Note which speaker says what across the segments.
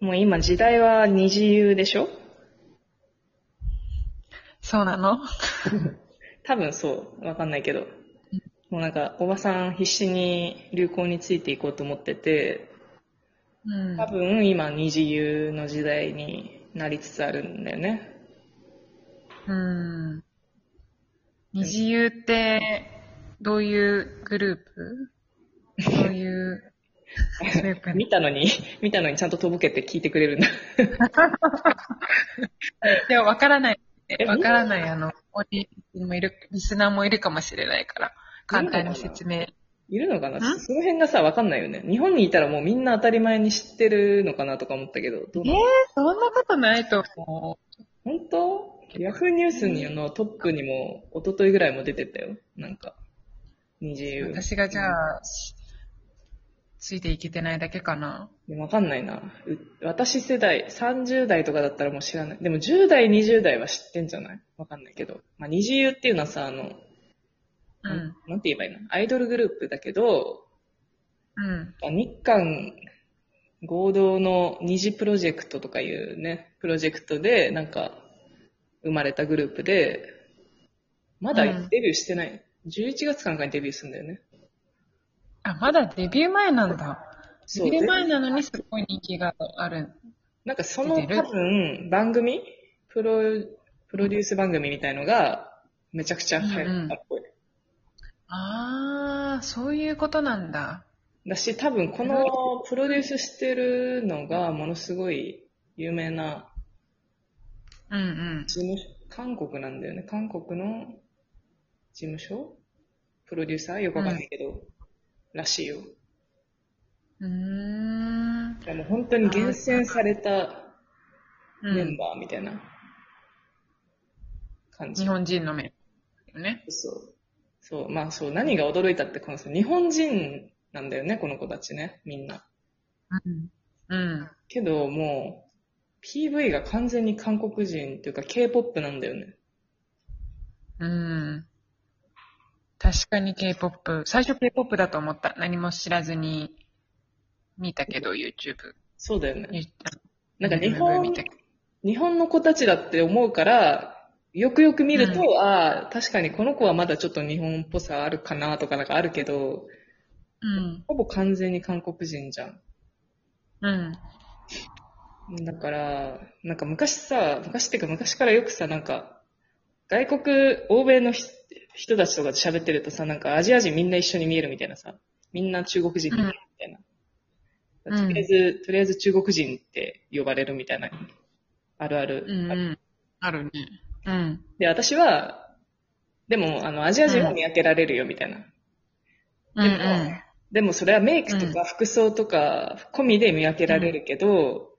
Speaker 1: もう今時代は二次優でしょ
Speaker 2: そうなの
Speaker 1: 多分そう。わかんないけど。もうなんか、おばさん必死に流行についていこうと思ってて、
Speaker 2: うん
Speaker 1: 多。分今二次優の時代になりつつあるんだよね。
Speaker 2: うん。二次優って、どういうグループどういうグルー プ
Speaker 1: 見たのに、 見たのにちゃんととぼけて聞いてくれる んだ。
Speaker 2: でもわからない。
Speaker 1: え
Speaker 2: わからない。あの、オリもいる、リスナーもいるかもしれないから、簡単に説明。
Speaker 1: いるのかなんその辺がさ、わかんないよね。日本にいたらもうみんな当たり前に知ってるのかなとか思ったけど、どうなの
Speaker 2: そんなことないと思
Speaker 1: 本当ヤフーニュースにあのトップにも、一昨日ぐらいも出てたよ。なんか、二次優。
Speaker 2: う。私がじゃあ、ついていけてないだけかな。
Speaker 1: いやわかんないな。う私世代、30代とかだったらもう知らない。でも10代、20代は知ってんじゃないわかんないけど。まあ、二次優っていうのはさ、あの、
Speaker 2: うん。
Speaker 1: なんて言えばいいのアイドルグループだけど、
Speaker 2: うん。
Speaker 1: 日韓合同の二次プロジェクトとかいうね、プロジェクトで、なんか、生まれたグループで、まだ
Speaker 2: うん
Speaker 1: デビューしてない。11月かなんかにデビューするんだよね。
Speaker 2: あ、まだデビュー前なんだ。
Speaker 1: そ
Speaker 2: デ
Speaker 1: う
Speaker 2: ビュー前なのにすごい人気がある。
Speaker 1: なんかその
Speaker 2: 出てる
Speaker 1: 多分番組プロ、プロデュース番組みたいのがめちゃくちゃ流行ったっぽい。
Speaker 2: あー、そういうことなんだ。
Speaker 1: だし多分このプロデュースしてるのがものすごい有名な
Speaker 2: うんうん。
Speaker 1: 事務所、韓国なんだよね。韓国の事務所プロデューサーよくわかんないけど、らしいよ。
Speaker 2: うーん。
Speaker 1: だからもう本当に厳選された
Speaker 2: う
Speaker 1: メン
Speaker 2: ん、
Speaker 1: バーみたいな感じ。
Speaker 2: 日本人の面。ね。
Speaker 1: そう。そう、まあそう、何が驚いたって、このさ、日本人なんだよね、この子たちね、みんな。
Speaker 2: うん。うん。
Speaker 1: けど、もう、PV が完全に韓国人というか K-POP なんだよね。
Speaker 2: うん。確かに K-POP。最初 K-POP だと思った。何も知らずに見たけど、YouTube。
Speaker 1: そうだよね。
Speaker 2: 言った
Speaker 1: なんか日
Speaker 2: MV
Speaker 1: 本
Speaker 2: 見た、けど
Speaker 1: 日本の子たちだって思うから、よくよく見ると、ああ、確かにこの子はまだちょっと日本っぽさあるかなとかなんかあるけど、
Speaker 2: うん。
Speaker 1: ほぼ完全に韓国人じゃん。
Speaker 2: うん。
Speaker 1: だから、なんか昔さ、昔っていうか昔からよくさ、なんか、外国、欧米のひ人たちとかと喋ってるとさ、なんかアジア人みんな一緒に見えるみたいなさ、みんな中国人みたいな。
Speaker 2: うん
Speaker 1: とりあえず、とりあえず中国人って呼ばれるみたいな、あるある。
Speaker 2: うんうん。あるね。うん。
Speaker 1: で、私は、でも、あの、アジア人は見分けられるよみたいな。
Speaker 2: うん
Speaker 1: でもでもそれはメイクとか服装とか込みで見分けられるけど、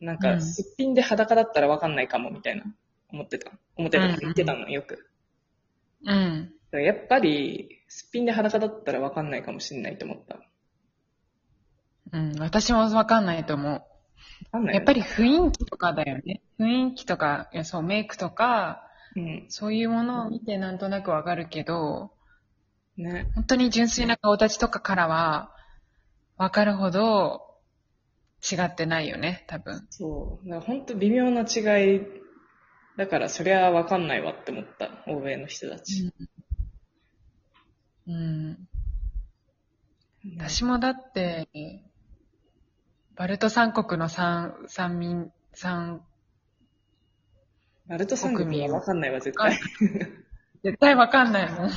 Speaker 1: なん
Speaker 2: う
Speaker 1: か
Speaker 2: ん
Speaker 1: すっぴんで裸だったらわかんないかもみたいな、思ってた。思って
Speaker 2: うんう
Speaker 1: た。
Speaker 2: ん
Speaker 1: 言ってたのよく。
Speaker 2: うん。うん。
Speaker 1: だからやっぱり、すっぴんで裸だったらわかんないかもしれないと思った。わ
Speaker 2: うん。私もわかんないと思う。
Speaker 1: かんない
Speaker 2: やっぱり雰囲気とかだよね。雰囲気とか、いやそう、メイクとか、
Speaker 1: り。うん。
Speaker 2: そういうものを見てなんとなくわかるけど、
Speaker 1: ね。
Speaker 2: 本当に純粋な顔立ちとかからは、わかるほど違ってないよね、多分。
Speaker 1: そう。だから本当微妙な違い。だからそりゃわかんないわって思った。欧米の人たち。
Speaker 2: うん。私もだって、バルト三国の三、三民、三、
Speaker 1: バルト三国はわかんないわ、絶対。
Speaker 2: 絶対わかんないもん。わ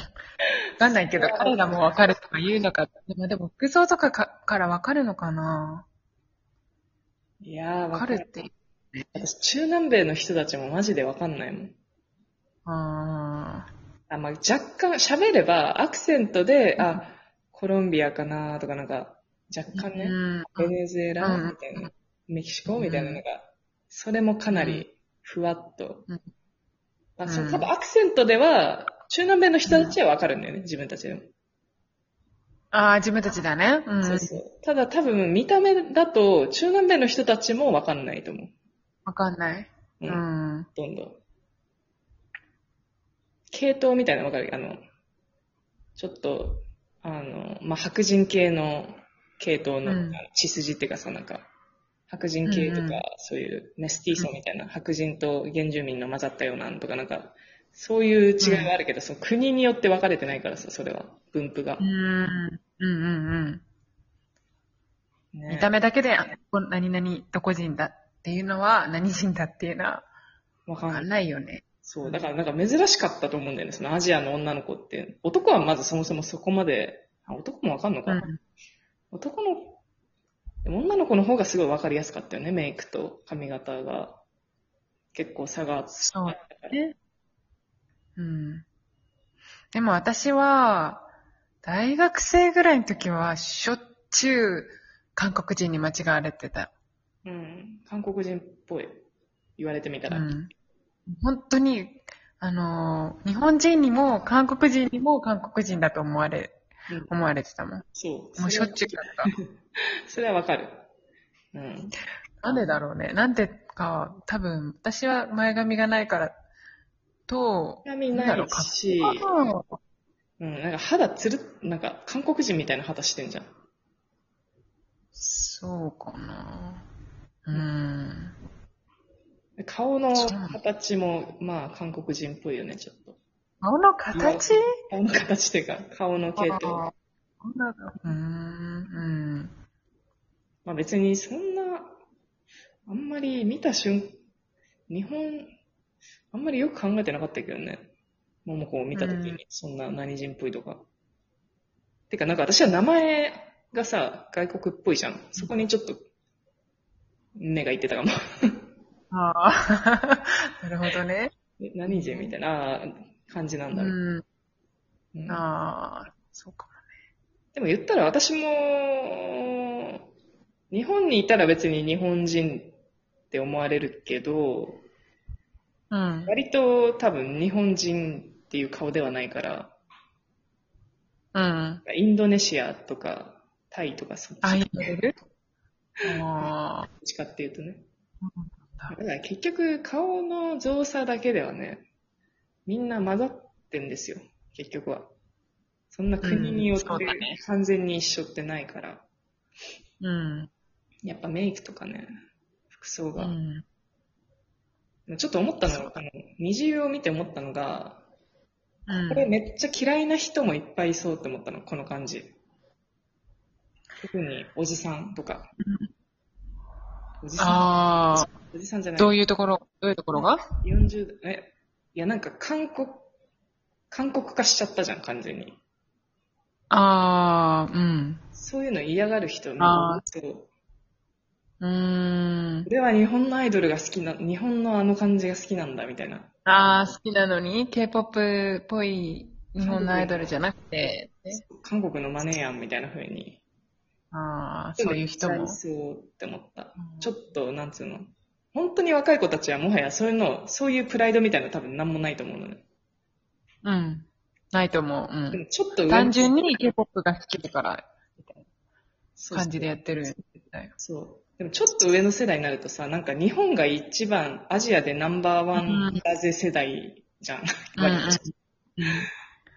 Speaker 2: かんないけど、彼らもわかるとか言うのか。でも、でも服装とかかからわかるのかない
Speaker 1: やー、
Speaker 2: わ
Speaker 1: わ
Speaker 2: か
Speaker 1: か
Speaker 2: る
Speaker 1: る。
Speaker 2: って。
Speaker 1: 私、中南米の人たちもマジでわかんないもん。
Speaker 2: ああ。
Speaker 1: あまあ、若干喋ればアクセントで、あ、コロンビアかなとかなんか、若干ね、
Speaker 2: うん。
Speaker 1: ベネズエラ
Speaker 2: うん
Speaker 1: みたいな、メキシコ
Speaker 2: うん
Speaker 1: みたいなのが、それもかなりふわっと。
Speaker 2: うん
Speaker 1: まあ、
Speaker 2: うん
Speaker 1: その多分アクセントでは、中南米の人たちはわかるんだよね、自分たちでも。
Speaker 2: ああ、自分たちだね。うん。
Speaker 1: そうそう。ただ多分見た目だと、中南米の人たちもわかんないと思う。
Speaker 2: わかんない。
Speaker 1: う
Speaker 2: うんん。
Speaker 1: どんどん。系統みたいなのわかるあの、ちょっと、あの、まあ、白人系の系統の
Speaker 2: うん
Speaker 1: 血筋っていうかさ、なんか、白人系とか、
Speaker 2: うんうん
Speaker 1: そういうメスティー層みたいな、白人と原住民の混ざったようなのとか、なんか、そういう違いはあるけど、その国によって分かれてないからさ、それは、分布が
Speaker 2: う。ん、うん、うん、う
Speaker 1: ね
Speaker 2: ん。見た目だけで、あこん何々どこ人だっていうのは何人だっていうのは
Speaker 1: わか
Speaker 2: わ
Speaker 1: んな
Speaker 2: か
Speaker 1: い
Speaker 2: ん。ないよね。
Speaker 1: そう、だからなんか珍しかったと思うんだよね、そのアジアの女の子って。男はまずそもそもそこまで、あ男もわかんの
Speaker 2: う
Speaker 1: かな、
Speaker 2: ん、
Speaker 1: 男の、でも女の子の方がすごいわかりやすかったよね、メイクと髪型が。結構差があっ
Speaker 2: そう
Speaker 1: たから。
Speaker 2: ね。うん。でも私は、大学生ぐらいの時は、しょっちゅう韓国人に間違われてた。
Speaker 1: うん。韓国人っぽい。言われてみた
Speaker 2: う
Speaker 1: ら。
Speaker 2: ん。本当に、あのー日本人にも韓国人にも韓国人だと思われ、
Speaker 1: うん
Speaker 2: 思われてたもん。
Speaker 1: そう。
Speaker 2: もうし
Speaker 1: そ
Speaker 2: ょ
Speaker 1: れ
Speaker 2: っちゅうだった。
Speaker 1: う。それはわかる。うん。
Speaker 2: なんでだろうね。なんでか、多分、私は前髪がないから、と、
Speaker 1: 髪
Speaker 2: ん
Speaker 1: ない
Speaker 2: だろうか
Speaker 1: し
Speaker 2: ああ
Speaker 1: うん。なんか肌つる、なんか韓国人みたいな肌してんじゃん。
Speaker 2: そうかな。うん。
Speaker 1: 顔の
Speaker 2: そう
Speaker 1: 形も、まあ、韓国人っぽいよね、ちょっと。
Speaker 2: 顔の形
Speaker 1: 顔の形っていうか、顔の系統。
Speaker 2: ああそうなんだうーん。
Speaker 1: まあ別にそんな、あんまり見た瞬、日本、あんまりよく考えてなかったけどね。桃子を見た時
Speaker 2: うん
Speaker 1: に、そんな何人っぽいとか。てかなんか私は名前がさ、外国っぽいじゃん。そこにちょっと、目がいってたかも。
Speaker 2: うん。ああ。なるほどね。
Speaker 1: え何人みたいなあー感じなんだろう。
Speaker 2: う
Speaker 1: うん
Speaker 2: ん。ああ、そうか。
Speaker 1: でも言ったら私も、日本にいたら別に日本人って思われるけど、
Speaker 2: うん。
Speaker 1: 割と多分日本人っていう顔ではないから、
Speaker 2: うん。
Speaker 1: インドネシアとかタイとかそっち
Speaker 2: あ、
Speaker 1: ど
Speaker 2: いるああ。
Speaker 1: っちかっていうとね。
Speaker 2: な
Speaker 1: だ
Speaker 2: ん
Speaker 1: から結局顔の造作だけではね、みんな混ざってんですよ、結局は。そんな国によって
Speaker 2: うんそうだね
Speaker 1: 完全に一緒ってないから、
Speaker 2: うん。
Speaker 1: やっぱメイクとかね、服装
Speaker 2: う
Speaker 1: が。
Speaker 2: ん。
Speaker 1: ちょっと思ったの
Speaker 2: そう
Speaker 1: が、あの、二重を見て思ったのが、
Speaker 2: うん
Speaker 1: これめっちゃ嫌いな人もいっぱいいそうって思ったの、この感じ。特におじさんとか。おじさ
Speaker 2: ああ。
Speaker 1: ん、おじさんじゃない。
Speaker 2: どういうところ、どういうところが
Speaker 1: 40代、え、いやなんか韓国、韓国化しちゃったじゃん、完全に。
Speaker 2: ああ、うん。
Speaker 1: そういうの嫌がる人も
Speaker 2: あ
Speaker 1: そう。
Speaker 2: うーん。
Speaker 1: 俺は日本のアイドルが好きな、日本のあの感じが好きなんだ、みたいな。
Speaker 2: ああ、好きなのに、K-POP っぽい日本のアイドルじゃなくて、ね
Speaker 1: 韓国のマネーやん、みたいな風に。
Speaker 2: ああ、そういう人も
Speaker 1: い。そうって思った。
Speaker 2: うん
Speaker 1: ちょっと、なんつうの。本当に若い子たちはもはやそういうの、そういうプライドみたいなの多分何もないと思うのね。
Speaker 2: うん。ないと思う。う
Speaker 1: でも
Speaker 2: ん。
Speaker 1: ちょっと上の
Speaker 2: 単純に K-POP が好きだから、感じでや
Speaker 1: っ
Speaker 2: ってる。
Speaker 1: そうそう。でもちょっと上の世代になるとさ、なんか日本が一番、アジアでナンバーワンだぜ世代じゃん。
Speaker 2: うんうん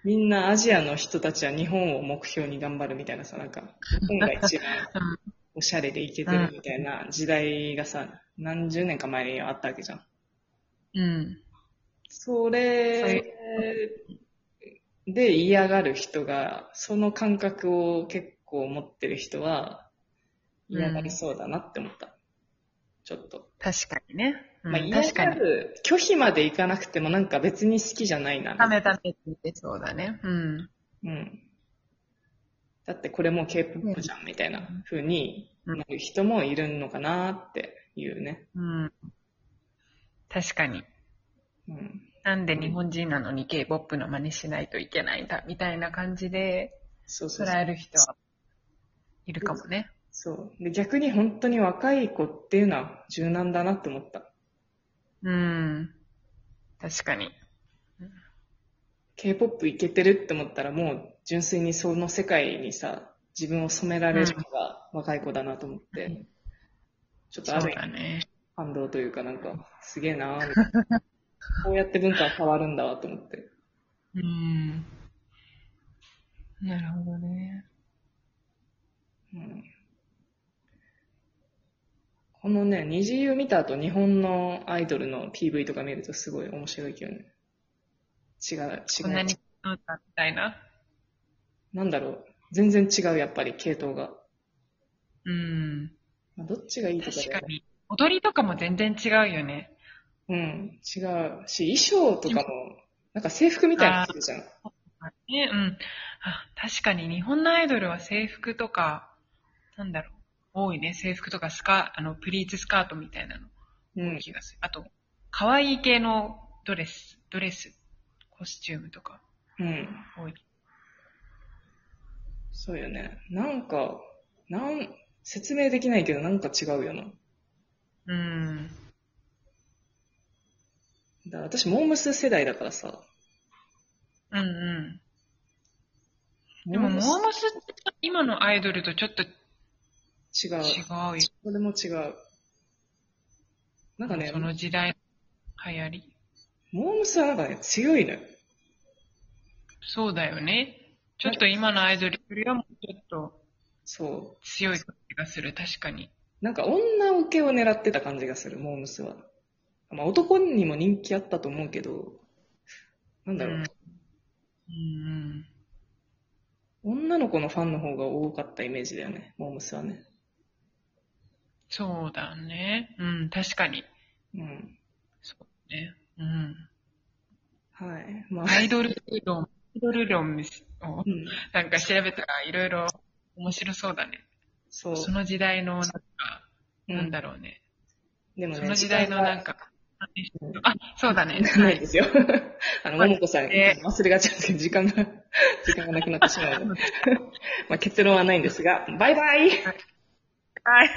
Speaker 1: みんなアジアの人たちは日本を目標に頑張るみたいなさ、なんか、日本が一番
Speaker 2: うん
Speaker 1: おしゃれでイケてるみたいな時代がさ、何十年か前にあったわけじゃん。
Speaker 2: うん。
Speaker 1: それで嫌がる人が、その感覚を結構持ってる人は
Speaker 2: うん
Speaker 1: 嫌がりそうだなって思った。ちょっと。
Speaker 2: 確かにね。うん
Speaker 1: まあ、嫌
Speaker 2: 確か
Speaker 1: が
Speaker 2: に。
Speaker 1: る、拒否までいかなくてもなんか別に好きじゃないな。
Speaker 2: ためためって言ってそうだね。うん。
Speaker 1: うん。だってこれもう K-POP じゃんみたいな風に
Speaker 2: うん
Speaker 1: なる人もいるのかなっていうね。
Speaker 2: うん。確かに。
Speaker 1: うん。
Speaker 2: なんで日本人なのに K-POP の真似しないといけないんだ、みたいな感じで
Speaker 1: そうそうそう
Speaker 2: 捉える人はいるかもね。
Speaker 1: そう。で、逆に本当に若い子っていうのは柔軟だなって思った。
Speaker 2: うん。確かに。
Speaker 1: K-POP いけてるって思ったらもう純粋にその世界にさ、自分を染められるのが若い子だなと思って、
Speaker 2: うん
Speaker 1: ちょっと
Speaker 2: そ
Speaker 1: あ
Speaker 2: う
Speaker 1: る
Speaker 2: だね。
Speaker 1: 感動というかなんか、すげえな ーみたいなこうやって文化は変わるんだわと思って。
Speaker 2: うん。なるほどね。
Speaker 1: うん、このね、二次を見た後、日本のアイドルの PV とか見るとすごい面白いけどね。違う、違
Speaker 2: こんな
Speaker 1: う
Speaker 2: に。変わったみたいな。
Speaker 1: なんだろう。全然違う、やっぱり、系統が。
Speaker 2: うん。
Speaker 1: まあ、どっちがいいとか
Speaker 2: 確
Speaker 1: だ
Speaker 2: か
Speaker 1: よね。
Speaker 2: に。踊りとかも全然違うよね。
Speaker 1: うん、違う。し、衣装とかも、なんか制服みたいなの着てるじゃん。
Speaker 2: ね、うん。あ確かに日本のアイドルは制服とか、なんだろう。多いね。制服とかスカ、あの、プリーツスカートみたいなの。
Speaker 1: うん。
Speaker 2: 気がする。あと、可愛い系のドレス、ドレス、コスチュームとか
Speaker 1: うん。
Speaker 2: 多い。
Speaker 1: そうよね。なんか、なん、説明できないけど、なんか違うよな。
Speaker 2: うん。
Speaker 1: だから私、モームス世代だからさ。
Speaker 2: うんうん。でも、モームスって今のアイドルとちょっと
Speaker 1: 違う。
Speaker 2: 違うよ。
Speaker 1: それも違う。なんかね、
Speaker 2: その時代の流行り。
Speaker 1: モームスはなんかね、強いのよ。
Speaker 2: そうだよね。ちょっと今のアイドルよりはもうちょっと
Speaker 1: そ
Speaker 2: 強い感じがする。確かに。
Speaker 1: う。なんか女受けを狙ってた感じがする、モームスは。まあ男にも人気あったと思うけど、なんだろう、
Speaker 2: うん
Speaker 1: 女の子のファンの方が多かったイメージだよね、モームスはね。
Speaker 2: そうだね。うん、確かに。
Speaker 1: うん。
Speaker 2: そうね。うん。
Speaker 1: はい。まあ、
Speaker 2: アイドル論、アイドル論を
Speaker 1: うん。
Speaker 2: なんか調べたらいろいろ面白そうだね。
Speaker 1: そう。
Speaker 2: その時代の、なんか、
Speaker 1: う
Speaker 2: なん
Speaker 1: ん、
Speaker 2: だろうね。
Speaker 1: でもね、
Speaker 2: その時代のなん
Speaker 1: か。う
Speaker 2: か、
Speaker 1: ん
Speaker 2: あ、そうだね。
Speaker 1: ないです よ。あの、
Speaker 2: はい
Speaker 1: 桃子さん、
Speaker 2: え
Speaker 1: 忘れがちなんですけど、時間が、時間がなくなってし まうので。まあ結論はないんですが、バイバイ
Speaker 2: はい。